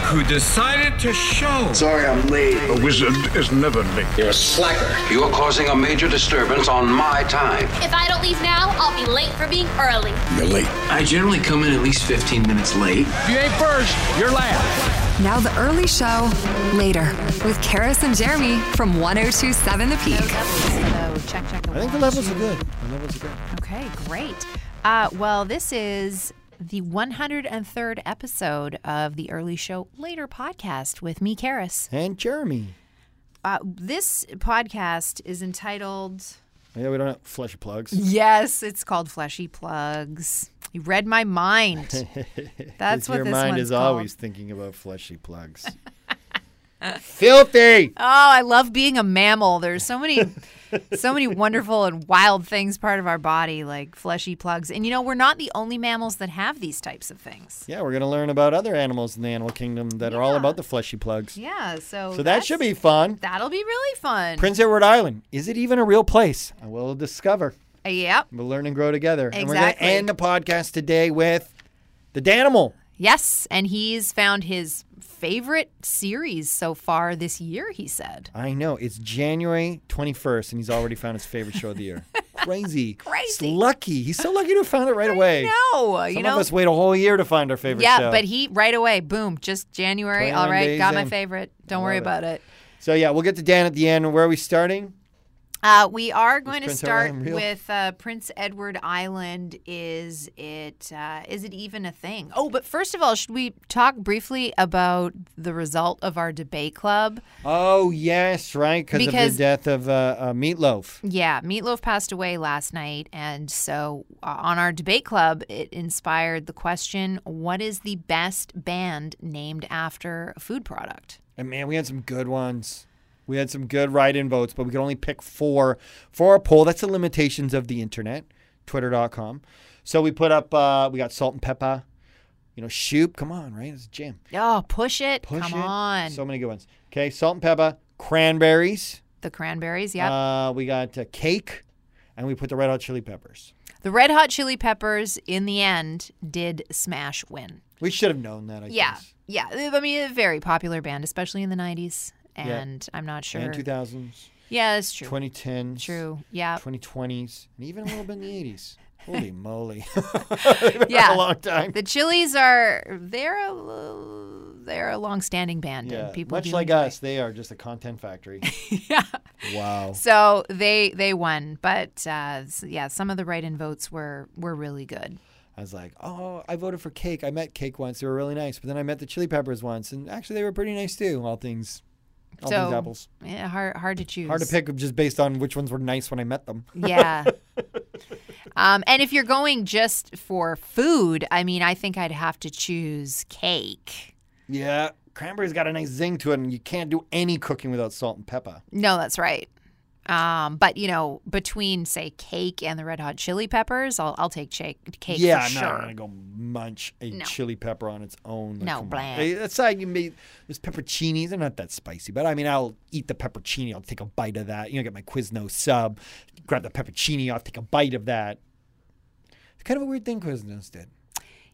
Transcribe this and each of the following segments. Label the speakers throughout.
Speaker 1: who decided to show.
Speaker 2: Sorry I'm late.
Speaker 3: A wizard is never late.
Speaker 4: You're a slacker.
Speaker 5: You're causing a major disturbance on my time.
Speaker 6: If I don't leave now, I'll be late for being early.
Speaker 3: You're late.
Speaker 7: I generally come in at least 15 minutes late.
Speaker 8: If you ain't first, you're last.
Speaker 9: Now the early show later with Karis and Jeremy from 1027 The Peak.
Speaker 10: So check, check the
Speaker 11: I think the
Speaker 10: watch.
Speaker 11: levels are good. The levels are good.
Speaker 10: Okay, great. Uh, well, this is the 103rd episode of the Early Show Later podcast with me, Karis.
Speaker 11: And Jeremy.
Speaker 10: Uh, this podcast is entitled.
Speaker 11: Yeah, we don't have flesh plugs.
Speaker 10: Yes, it's called Fleshy Plugs. You read my mind. That's
Speaker 11: 'Cause
Speaker 10: what
Speaker 11: your
Speaker 10: this
Speaker 11: mind
Speaker 10: one's
Speaker 11: is
Speaker 10: called.
Speaker 11: always thinking about fleshy plugs. Filthy.
Speaker 10: Oh, I love being a mammal. There's so many, so many wonderful and wild things part of our body, like fleshy plugs. And you know, we're not the only mammals that have these types of things.
Speaker 11: Yeah, we're gonna learn about other animals in the animal kingdom that are all about the fleshy plugs.
Speaker 10: Yeah. So
Speaker 11: So that should
Speaker 10: that's-
Speaker 11: be fun.
Speaker 10: That'll be really fun.
Speaker 11: Prince Edward Island. Is it even a real place? I will discover.
Speaker 10: Uh, yep.
Speaker 11: We'll learn and grow together. And we're gonna
Speaker 10: Exactly.
Speaker 11: end the podcast today with the Danimal.
Speaker 10: Yes, and he's found his favorite series so far this year. He said.
Speaker 11: I know. It's January 21st, and he's already found his favorite show of the year. Crazy. Crazy. He's lucky. He's so lucky to have found it right away.
Speaker 10: No,
Speaker 11: Some
Speaker 10: you know.
Speaker 11: of us wait a whole year to find our favorite
Speaker 10: yeah,
Speaker 11: show.
Speaker 10: but he right away, boom, just January. All
Speaker 11: 21
Speaker 10: right,
Speaker 11: days
Speaker 10: got my
Speaker 11: in.
Speaker 10: favorite. Don't worry
Speaker 11: love it.
Speaker 10: about it.
Speaker 11: So, yeah, we'll get to Dan at the end. Where are we starting?
Speaker 10: Uh, we are going to
Speaker 11: Prince
Speaker 10: start
Speaker 11: Edward Island real?
Speaker 10: with uh, Prince Edward Island. Is it uh, is it even a thing? Oh, but first of all, should we talk briefly about the result of our debate club?
Speaker 11: Oh, yes, right, because of
Speaker 10: Because-
Speaker 11: the death of uh, uh, Meatloaf.
Speaker 10: Yeah, Meatloaf passed away last night, and so uh, on our debate club, it inspired the question: What is the best band named after a food product?
Speaker 11: And, man, we had some good ones. We had some good write-in votes, but we could only pick four for our poll. That's the limitations of the internet, twitter.com. So we put up, uh, we got Salt and Pepper. You know, Shoop, come on, right? It's a jam.
Speaker 10: Oh, push it!
Speaker 11: Push
Speaker 10: Come
Speaker 11: it.
Speaker 10: on,
Speaker 11: So many good ones. Okay, salt and pepper, cranberries.
Speaker 10: the Cranberries. Yeah,
Speaker 11: Uh, we got uh, cake, and we put the red hot chili peppers.
Speaker 10: the Red Hot Chili Peppers. In the end, did Smash win?
Speaker 11: We should have known that. I
Speaker 10: Yeah.
Speaker 11: guess.
Speaker 10: Yeah. I mean, a very popular band, especially in the 90s. And I'm not sure.
Speaker 11: And 2000s,
Speaker 10: yeah, that's true.
Speaker 11: 2010s,
Speaker 10: True. Yeah.
Speaker 11: 2020s, and even a little bit in the 80s. Holy moly! They've been
Speaker 10: Yeah.
Speaker 11: around a long time.
Speaker 10: The Chili's are, they're a, l- they're a long-standing band.
Speaker 11: Yeah,
Speaker 10: And people
Speaker 11: much
Speaker 10: do
Speaker 11: like
Speaker 10: enjoy.
Speaker 11: us, they are just a content factory.
Speaker 10: yeah.
Speaker 11: wow.
Speaker 10: So they, they won. But uh, s- yeah, some of the write-in votes were, were really good.
Speaker 11: I was like, oh, I voted for Cake. I met Cake once; they were really nice. But then I met the Chili Peppers once, and actually, they were pretty nice too. All things, all
Speaker 10: so
Speaker 11: things apples.
Speaker 10: Yeah, hard, hard to choose.
Speaker 11: Hard to pick just based on which ones were nice when I met them.
Speaker 10: Yeah. um, and if you're going just for food, I mean, I think I'd have to choose cake.
Speaker 11: Yeah. Cranberry's got a nice zing to it, and you can't do any cooking without salt and pepper.
Speaker 10: No, that's right. Um, but you know, between say cake and the red hot chili peppers, I'll I'll take cake. Cake,
Speaker 11: yeah,
Speaker 10: for
Speaker 11: I'm
Speaker 10: sure.
Speaker 11: not gonna go munch a
Speaker 10: No.
Speaker 11: chili pepper on its own.
Speaker 10: No,
Speaker 11: come on.
Speaker 10: blah.
Speaker 11: Hey, That's how you make those pepperoncinis. They're not that spicy, but I mean, I'll eat the pepperoncini. I'll take a bite of that. You know, get my Quiznos sub, grab the pepperoncini off, take a bite of that. It's kind of a weird thing Quiznos did.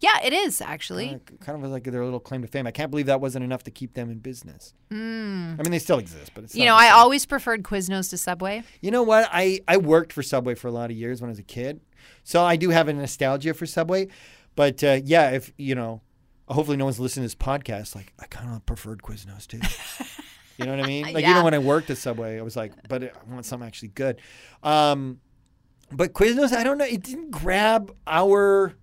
Speaker 10: Yeah, it is actually.
Speaker 11: Uh, kind of was like their little claim to fame. I can't believe that wasn't enough to keep them in business. I mean, they still exist, but it's
Speaker 10: Hmm. you
Speaker 11: not
Speaker 10: know,
Speaker 11: the
Speaker 10: I
Speaker 11: same.
Speaker 10: always preferred Quiznos to Subway.
Speaker 11: You know what? I, I worked for Subway for a lot of years when I was a kid. So I do have a nostalgia for Subway. But uh, yeah, if, you know, hopefully no one's listening to this podcast. Like, I kind of preferred Quiznos too. you know what I mean? Like,
Speaker 10: Yeah.
Speaker 11: even when I worked at Subway, I was like, but I want something actually good. Um, but Quiznos, I don't know. It didn't grab our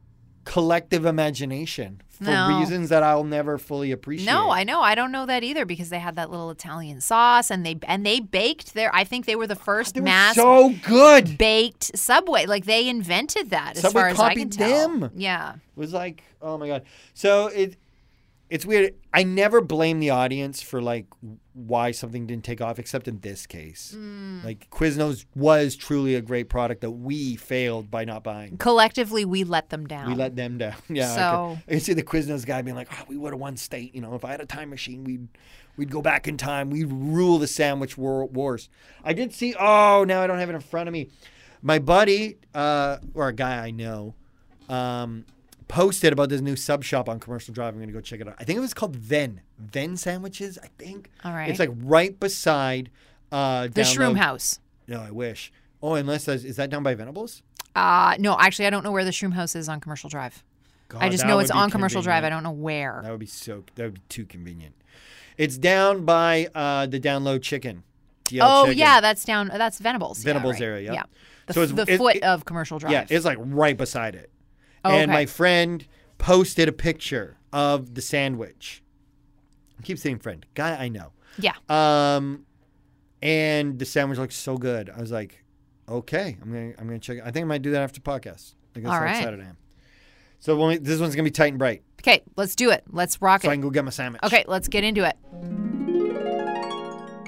Speaker 11: collective imagination for
Speaker 10: No.
Speaker 11: reasons that I'll never fully appreciate.
Speaker 10: No, I know. I don't know that either because they had that little Italian sauce and they and they baked their. I think they were the first
Speaker 11: They were
Speaker 10: mass
Speaker 11: so good.
Speaker 10: baked Subway. Like they invented that as
Speaker 11: Subway
Speaker 10: far as I can
Speaker 11: copied
Speaker 10: tell.
Speaker 11: them.
Speaker 10: Yeah.
Speaker 11: was like, oh my god. So it it's weird. I never blame the audience for like why something didn't take off, except in this case. Like Quiznos was truly a great product that we failed by not buying.
Speaker 10: Collectively, we let them down.
Speaker 11: We
Speaker 12: Um,
Speaker 11: let them down. Yeah. I,
Speaker 10: So-
Speaker 11: could, I could see the Quiznos guy being like, "Oh, we would have won state. You know, if I had a time machine, we'd we'd go back in time. We'd rule the sandwich war- wars." I did see. Oh, now I don't have it in front of me. My buddy, uh, or a guy I know, um,
Speaker 13: posted about this new sub shop on Commercial Drive. I'm going to go check it out. I think it was called Then. Then Sandwiches, I think.
Speaker 12: All right.
Speaker 13: It's like right beside uh,
Speaker 12: The Shroom
Speaker 13: download-
Speaker 12: House.
Speaker 13: No, I wish. Oh, unless that's, is that down by Venables?
Speaker 12: Uh, no, actually, I don't know where the Shroom House is on Commercial Drive. I
Speaker 13: God,
Speaker 12: just
Speaker 13: Oh, that
Speaker 12: know
Speaker 13: would
Speaker 12: it's
Speaker 13: be
Speaker 12: on Commercial Drive. I
Speaker 13: convenient.
Speaker 12: don't know where.
Speaker 13: That would be so. That would be too convenient. It's down by uh, the Download Chicken. DL
Speaker 12: oh
Speaker 13: Chicken.
Speaker 12: yeah, that's down. That's Venables. Yeah,
Speaker 13: Venables
Speaker 12: right.
Speaker 13: area, yeah.
Speaker 12: Yeah. The,
Speaker 13: So
Speaker 12: f-
Speaker 13: it's-
Speaker 12: the
Speaker 13: it-
Speaker 12: foot
Speaker 13: it-
Speaker 12: of Commercial Drive.
Speaker 13: Yeah, it's like right beside it.
Speaker 12: Oh,
Speaker 13: And
Speaker 12: okay.
Speaker 13: my friend posted a picture of the sandwich. I keep saying friend, guy I know.
Speaker 12: yeah.
Speaker 13: Um, and the sandwich looked so good. I was like, okay, I'm gonna I'm gonna check. It. I think I might do that after podcast. Like that's
Speaker 12: All
Speaker 13: how
Speaker 12: right.
Speaker 13: excited I am. So when we, this one's gonna be tight and bright,
Speaker 12: Okay, let's do it. Let's rock
Speaker 13: so I
Speaker 12: it.
Speaker 13: can go get my sandwich.
Speaker 12: Okay, let's get into it.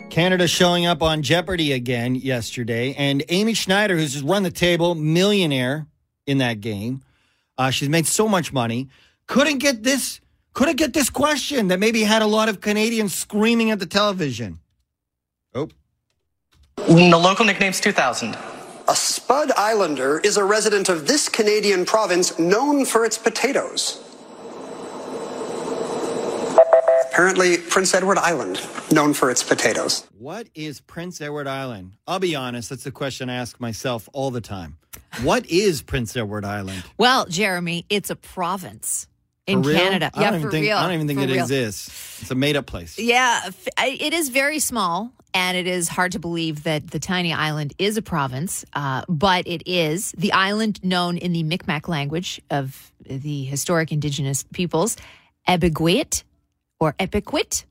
Speaker 11: Canada showing up on Jeopardy again yesterday, and Amy Schneider, who's just run the table, millionaire in that game, uh, she's made so much money, couldn't get this, couldn't get this question that maybe had a lot of Canadians screaming at the television. Oh,
Speaker 14: The local nickname's 2000.
Speaker 15: A Spud Islander is a resident of this Canadian province known for its potatoes. Apparently, Prince Edward Island, known for its potatoes.
Speaker 11: what is Prince Edward Island? I'll be honest, that's the question I ask myself all the time. What is Prince Edward Island?
Speaker 10: Well, Jeremy, it's a province
Speaker 11: For
Speaker 10: in
Speaker 11: real?
Speaker 10: Canada.
Speaker 11: I
Speaker 10: yeah,
Speaker 11: don't even
Speaker 10: for
Speaker 11: think,
Speaker 10: real.
Speaker 11: I don't even think
Speaker 10: For
Speaker 11: it
Speaker 10: real.
Speaker 11: exists. It's a made up place.
Speaker 10: Yeah, f- I- it is very small, and it is hard to believe that the tiny island is a province, uh, but it is the island known in the Mi'kmaq language of the historic indigenous peoples, Ebiguit or Epiquit.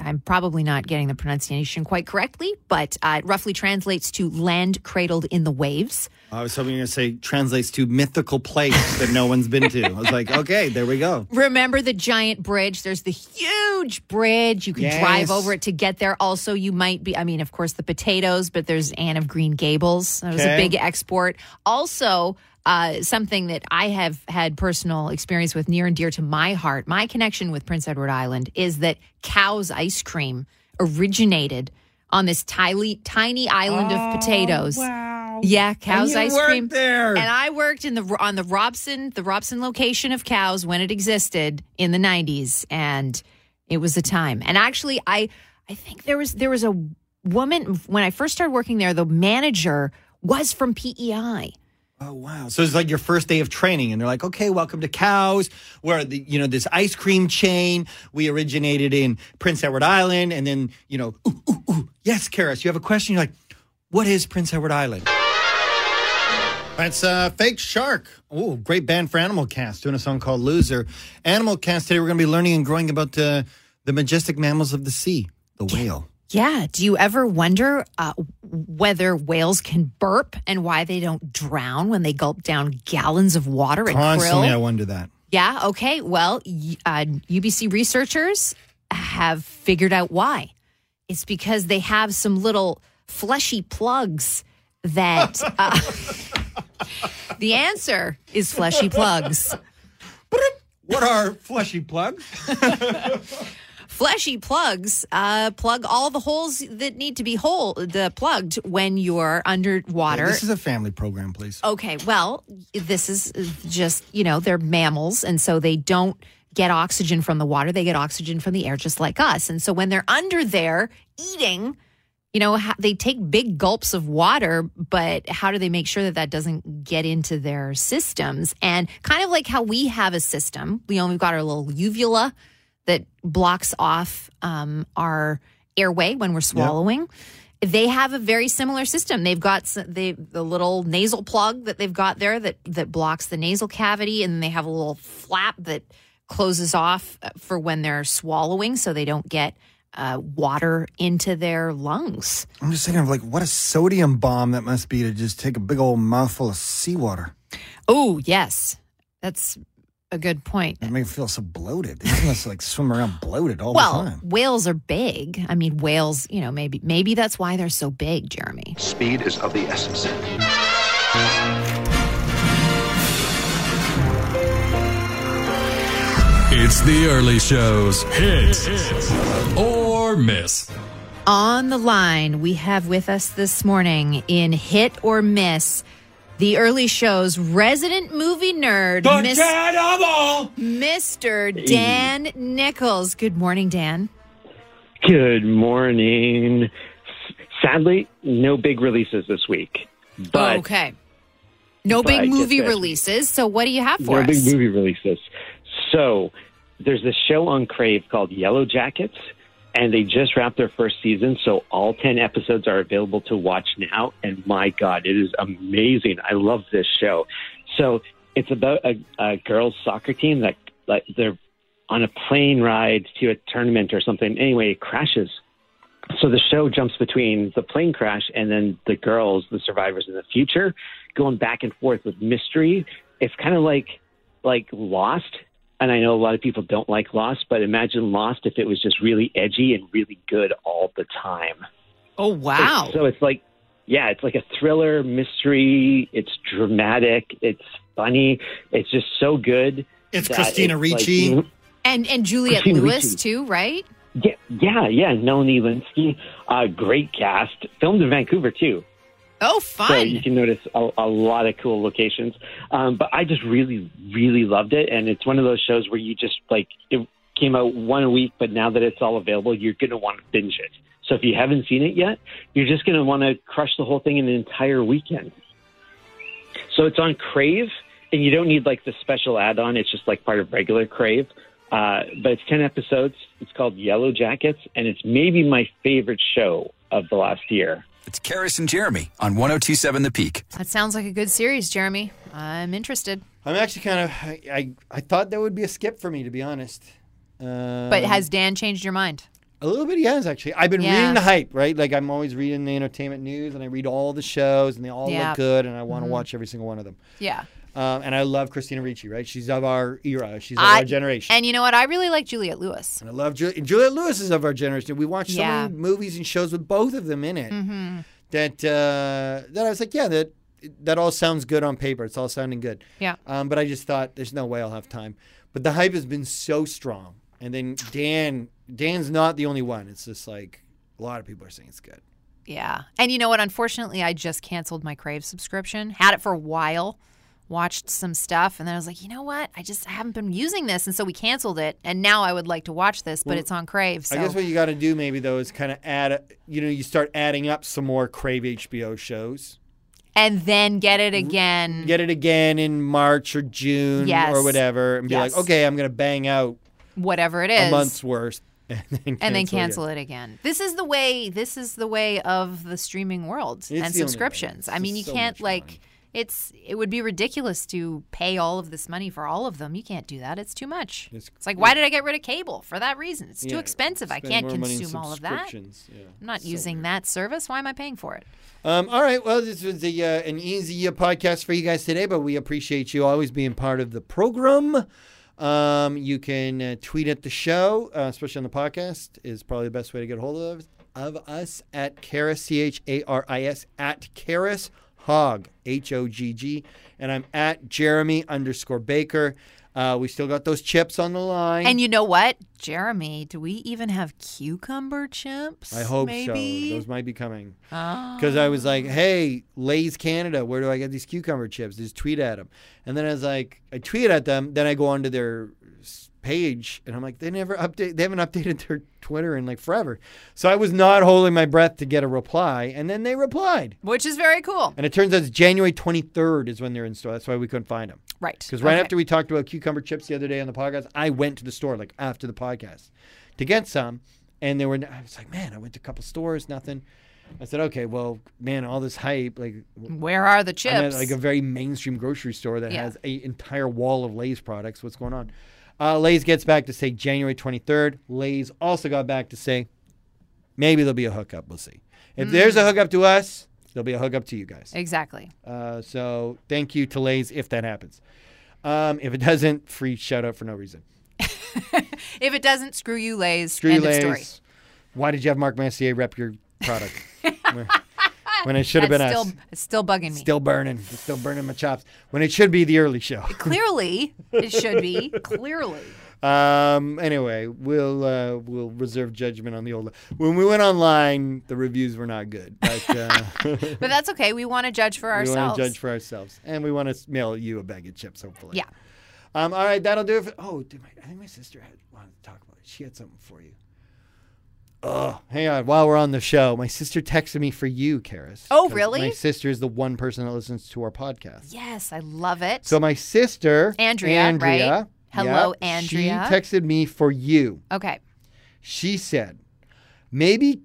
Speaker 10: I'm probably not getting the pronunciation quite correctly, but uh, it roughly translates to land cradled in the waves.
Speaker 11: I was hoping you were going to say translates to mythical place that no one's been to. I was like, okay, there we go.
Speaker 10: Remember the giant bridge? There's the huge bridge. You can
Speaker 11: Yes.
Speaker 10: drive over it to get there. Also, you might be, I mean, of course, the potatoes, but there's Anne of Green Gables. That was
Speaker 11: Okay.
Speaker 10: a big export. Also, uh, something that I have had personal experience with near and dear to my heart, my connection with Prince Edward Island is that cow's ice cream originated on this tiny, tiny island
Speaker 11: Oh,
Speaker 10: of potatoes. Wow. Yeah, cow's
Speaker 11: you
Speaker 10: ice
Speaker 11: worked
Speaker 10: cream.
Speaker 11: there.
Speaker 10: And I worked in the on the Robson the Robson location of cows when it existed in the 90s and it was a time. And actually I I think there was there was a woman when I first started working there the manager was from E PEI.
Speaker 11: Oh wow! So it's like your first day of training, and they're like, "Okay, welcome to Cows. Where the you know this ice cream chain we originated in Prince Edward Island, and then you know, ooh, ooh, ooh, yes, Karis, you have a question. You're like, what is Prince Edward Island? That's a fake shark. Oh, great band for Animal Cast doing a song called "Loser." Animal Cast today, we're going to be learning and growing about the the majestic mammals of the sea, the whale.
Speaker 10: Yeah, do you ever wonder uh, whether whales can burp and why they don't drown when they gulp down gallons of water and
Speaker 11: Constantly,
Speaker 10: krill?
Speaker 11: I wonder that.
Speaker 10: Yeah. Okay. Well, y- uh, UBC researchers have figured out why. It's because they have some little fleshy plugs that. Uh, the answer is fleshy plugs.
Speaker 11: What are fleshy plugs?
Speaker 10: Fleshy plugs uh, plug all the holes that need to be hole the plugged when you're underwater.
Speaker 11: This is a family program, please.
Speaker 10: Okay, well, this is just, you know, they're mammals, and so they don't get oxygen from the water. They get oxygen from the air, just like us. And so when they're under there eating, you know, ha- they take big gulps of water, but how do they make sure that that doesn't get into their systems? And kind of like how we have a system, we only got our little uvula that blocks off um, our airway when we're swallowing. They have a very similar system. They've got s- they, the little nasal plug that they've got there that that blocks the nasal cavity, and they have a little flap that closes off uh, for when they're swallowing, so they don't get uh, water into their lungs.
Speaker 11: I'm just thinking of like what a sodium bomb that must be to just take a big old mouthful of seawater.
Speaker 10: Oh yes, that's a good point.
Speaker 11: It makes me feel so bloated. They must like swim around bloated all
Speaker 10: Well,
Speaker 11: the time.
Speaker 10: whales are big. I mean, whales. You know, maybe maybe that's why they're so big, Jeremy.
Speaker 15: Speed is of the essence.
Speaker 1: It's the early shows. Hit or miss.
Speaker 10: On the line, we have with us this morning in Hit or Miss
Speaker 4: The early show's resident movie nerd,
Speaker 2: The
Speaker 4: Mis-
Speaker 2: Jan Hubble!
Speaker 4: Mr. Dan Nichols. Good morning, Dan.
Speaker 15: Good morning. Sadly, no big releases this week.
Speaker 10: Oh,
Speaker 15: But
Speaker 4: okay. No
Speaker 15: but I
Speaker 4: big
Speaker 15: get
Speaker 4: movie
Speaker 15: that.
Speaker 4: releases. So what do you have for
Speaker 15: no
Speaker 4: us?
Speaker 15: big movie releases. So there's this show on Crave called Yellow Jackets, and they just wrapped their first season. So all 10 episodes are available to watch now. And my God, it is amazing. I love this show. So it's about a, a girls' soccer team that like, they're on a plane ride to a tournament or something. Anyway, it crashes. So the show jumps between the plane crash and then the girls, the survivors in the future, going back and forth with mystery. It's kind of like like Lost, and I know a lot of people don't like Lost, but imagine Lost if it was just really edgy and really good all the time.
Speaker 4: Oh wow.
Speaker 15: It's- So it's like, yeah, it's like a thriller mystery. It's dramatic. It's funny. It's just so good.
Speaker 2: It's
Speaker 15: that
Speaker 2: Christina
Speaker 15: it's like-
Speaker 2: Ricci.
Speaker 4: And and Juliet
Speaker 15: Christine
Speaker 4: Lewis
Speaker 15: Ricci.
Speaker 4: too, right?
Speaker 15: yeah, yeah, yeah. Nolan Elinsky, uh, great cast. Filmed in Vancouver too.
Speaker 4: Oh,
Speaker 15: So
Speaker 4: fun.
Speaker 15: you can notice a, a lot of cool locations. Um, but I just really, really loved it. And it's one of those shows where you just like it came out one a week, but now that it's all available, you're going to want to binge it. So if you haven't seen it yet, you're just going to want to crush the whole thing in an entire weekend. So it's on Crave, and you don't need like the special add on. It's just like part of regular Crave. Uh, but it's 10 episodes. It's called Yellow Jackets, and it's maybe my favorite show of the last year.
Speaker 8: It's Karis and Jeremy on 1027 The Peak.
Speaker 10: That sounds like a good series, Jeremy. I'm interested.
Speaker 11: I'm actually kind of I, I I thought that would be a skip for me to be honest. Um,
Speaker 10: But has Dan changed your mind?
Speaker 11: a little bit he has actually. I've been
Speaker 10: Yeah.
Speaker 11: reading the hype, right? Like I'm always reading the entertainment news, and I read all the shows, and they all
Speaker 10: Yeah.
Speaker 11: look good, and I want to
Speaker 10: Mhm.
Speaker 11: watch every single one of them.
Speaker 10: Yeah.
Speaker 11: Um, and I love Christina Ricci, right? She's of our era. She's of
Speaker 10: I-
Speaker 11: our generation.
Speaker 10: And you know what? I really like Juliet Lewis.
Speaker 11: And I love Ju- and Juliet Lewis is of our generation. We watched
Speaker 10: Yeah.
Speaker 11: so many movies and shows with both of them in it
Speaker 10: Mm-hmm.
Speaker 11: that uh, that I was like, yeah, that that all sounds good on paper. It's all sounding good.
Speaker 10: Yeah.
Speaker 11: Um, but I just thought there's no way I'll have time. But the hype has been so strong, and then Dan Dan's not the only one. It's just like a lot of people are saying it's good.
Speaker 10: Yeah. And you know what? Unfortunately, I just canceled my Crave subscription. Had it for a while, watched some stuff, and then I was like, you know what? I just haven't been using this. And so we canceled it. And now I would like to watch this, but
Speaker 11: Well,
Speaker 10: it's on Crave. So
Speaker 11: I guess what you got to do maybe though is kind of add, a, you know, you start adding up some more Crave HBO shows.
Speaker 10: and then get it again.
Speaker 11: Get it again in March or June
Speaker 10: Mm-hmm. Yes.
Speaker 11: or whatever, and be
Speaker 10: Yes.
Speaker 11: like, okay, I'm gonna bang out
Speaker 10: Whatever it is.
Speaker 11: a month's worth, and then cancel
Speaker 10: and then
Speaker 11: it.
Speaker 10: cancel it again. This is the way. This is the way of the streaming world
Speaker 11: the only
Speaker 10: and
Speaker 11: way.
Speaker 10: subscriptions. I
Speaker 11: This
Speaker 10: mean,
Speaker 11: is
Speaker 10: you
Speaker 11: so
Speaker 10: can't
Speaker 11: much
Speaker 10: like it's. It would be ridiculous to pay all of this money for all of them. You can't do that. It's too much. It's,
Speaker 11: It's-
Speaker 10: like why did I get rid of cable for that reason? It's too
Speaker 11: Yeah,
Speaker 10: expensive. I
Speaker 11: spend
Speaker 10: can't
Speaker 11: more money in
Speaker 10: consume all of that. I'm
Speaker 11: subscriptions. Yeah.
Speaker 10: not using that service. Why am I paying for it?
Speaker 11: Um, all right. Well, this was a, uh, an easy uh, podcast for you guys today, but we appreciate you always being part of the program. Um, you can uh, tweet at the show, uh, especially on the podcast, is probably the best way to get a hold of, of us at Karis, C H A R I S, at Karis Hog, H O G G. And I'm at Jeremy underscore Baker. Uh, we still got those chips on the line.
Speaker 10: And you know what, Jeremy? Do we even have cucumber chips?
Speaker 11: I hope
Speaker 10: maybe?
Speaker 11: so. Those might be coming. Because I was like, hey, Lay's Canada, where do I get these cucumber chips? Just tweet at them. And then I was like, I tweet at them. Then I go onto their s- page and I'm like, they never update, they haven't updated their Twitter in like forever. So I was not holding my breath to get a reply. And then they replied.
Speaker 10: Which is very cool.
Speaker 11: And it turns out it's January 23rd is when they're in store. That's why we couldn't find them.
Speaker 10: Right.
Speaker 11: Because right
Speaker 10: Okay.
Speaker 11: after we talked about cucumber chips the other day on the podcast, I went to the store like after the podcast to get some, and there were. n- I was like, man, I went to a couple stores, nothing. I said, okay, well, man, all this hype, like.
Speaker 10: Where are the
Speaker 11: I'm at
Speaker 10: chips?
Speaker 11: like a very mainstream grocery store that
Speaker 10: Yeah.
Speaker 11: has an entire wall of Lay's products. What's going on? Uh, Lay's gets back to say January 23rd. Lay's also got back to say maybe there'll be a hookup. We'll see. If there's
Speaker 10: Hmm.
Speaker 11: a hookup to us, there'll be a hookup to you guys.
Speaker 10: Exactly.
Speaker 11: Uh, so thank you to Lay's if that happens. Um, if it doesn't, free shout out for no reason.
Speaker 10: If it doesn't, screw you, Lays.
Speaker 11: Screw you,
Speaker 10: End of story.
Speaker 11: Lay's. Why did you have Mark Massier rep your product? when it should have been
Speaker 10: That's still,
Speaker 11: us.
Speaker 10: It's still bugging me.
Speaker 11: Still burning. It's still burning my chops. When it should be the early show.
Speaker 10: Clearly, it should be. Clearly.
Speaker 11: Um, anyway, we'll uh, we'll reserve judgment on the old. When we went online, the reviews were not good. But, uh,
Speaker 10: But that's okay. We want to judge for
Speaker 11: we
Speaker 10: ourselves.
Speaker 11: want to judge for ourselves, and we want to mail you a bag of chips, hopefully.
Speaker 10: Yeah.
Speaker 11: Um, all right, that'll do it. For, oh, dude, my, I think my sister had wanted to talk about it. She had something for you. Oh, hang on. While we're on the show, my sister texted me for you, Karis.
Speaker 10: Oh,
Speaker 11: 'cause
Speaker 10: really?
Speaker 11: My sister is the one person that listens to our podcast.
Speaker 10: Yes, I love it.
Speaker 11: So my sister,
Speaker 10: Andrea, right?
Speaker 11: Andrea,
Speaker 10: Hello,
Speaker 11: yeah,
Speaker 10: Andrea.
Speaker 11: She texted me for you.
Speaker 10: okay.
Speaker 11: She said, maybe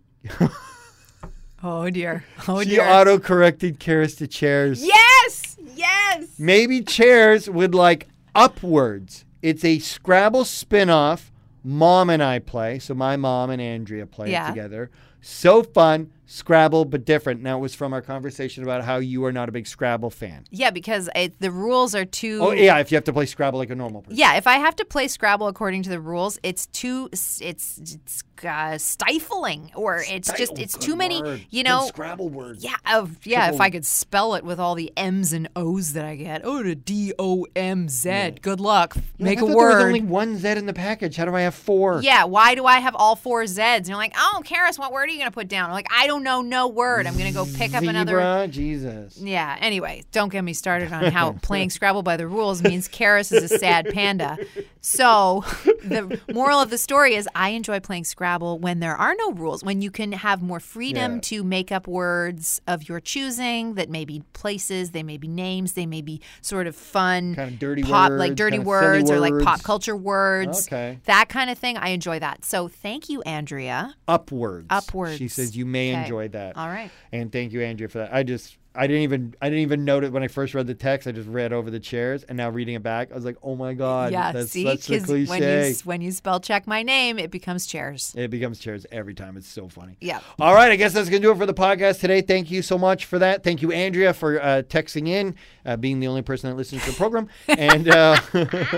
Speaker 10: Oh dear. Oh
Speaker 11: she auto corrected Karis to chairs.
Speaker 10: yes. Yes.
Speaker 11: Maybe chairs would like upwards. It's a Scrabble spin-off. Mom and I play, so my mom and Andrea play
Speaker 10: Yeah.
Speaker 11: it together. So fun, Scrabble but different. Now it was from our conversation about how you are not a big Scrabble fan.
Speaker 10: Yeah, because it, the rules are too.
Speaker 11: Oh yeah, if you have to play Scrabble like a normal person.
Speaker 10: Yeah, if I have to play Scrabble according to the rules, it's too it's it's uh, stifling, or it's just it's too many. You know,
Speaker 11: Scrabble words.
Speaker 10: Yeah, of, yeah. If
Speaker 11: Triple-
Speaker 10: I could spell it with all the M's and O's that I get, oh, the D O M Z. Good luck.
Speaker 11: You're like,
Speaker 10: Make
Speaker 11: I
Speaker 10: a
Speaker 11: thought There was
Speaker 10: word.
Speaker 11: only one Z in the package. How do I have four?
Speaker 10: Yeah, why do I have all four Z's? And you're like, oh, Karis, what word are you going to put down? I'm like, I don't know, no word. I'm going to go pick up
Speaker 11: Zebra,
Speaker 10: another.
Speaker 11: Jesus.
Speaker 10: Yeah, anyway, don't get me started on how playing Scrabble by the rules means Karis is a sad panda. So, the moral of the story is I enjoy playing Scrabble when there are no rules, when you can have more freedom
Speaker 11: Yeah.
Speaker 10: to make up words of your choosing that may be places, they may be names, they may be sort of fun,
Speaker 11: Kind of dirty
Speaker 10: pop,
Speaker 11: words.
Speaker 10: like dirty
Speaker 11: kind of silly
Speaker 10: words or like pop
Speaker 11: words.
Speaker 10: culture words.
Speaker 11: Okay.
Speaker 10: That kind of thing. I enjoy that. So, thank you, Andrea.
Speaker 11: Upwards.
Speaker 10: Upwards.
Speaker 11: She says you may
Speaker 10: Okay.
Speaker 11: enjoy that.
Speaker 10: All right.
Speaker 11: And thank you, Andrea, for that. I just I didn't even I didn't even note it when I first read the text. I just read over the chairs, and now reading it back, I was like, oh my god,
Speaker 10: yeah,
Speaker 11: that's
Speaker 10: see,
Speaker 11: such a
Speaker 10: 'Cause when you
Speaker 11: cliche.
Speaker 10: s- when you spell check my name, it becomes chairs.
Speaker 11: It becomes chairs every time. It's so funny.
Speaker 10: Yeah.
Speaker 11: All right, I guess that's gonna do it for the podcast today. Thank you so much for that. Thank you, Andrea, for uh, texting in, uh, being the only person that listens to the program, and uh,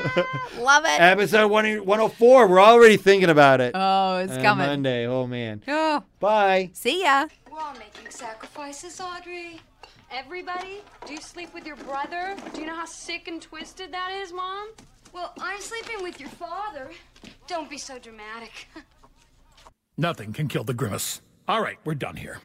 Speaker 10: Love it.
Speaker 11: episode 100 104. We're already thinking about it.
Speaker 10: Oh, it's
Speaker 11: Uh,
Speaker 10: coming.
Speaker 11: Monday. Oh man.
Speaker 10: Oh.
Speaker 11: Bye.
Speaker 10: See ya.
Speaker 16: We're all making sacrifices, Audrey. Everybody? Do you sleep with your brother? Do you know how sick and twisted that is, Mom? Well, I'm sleeping with your father. Don't be so dramatic.
Speaker 1: Nothing can kill the grimace. All right, we're done here.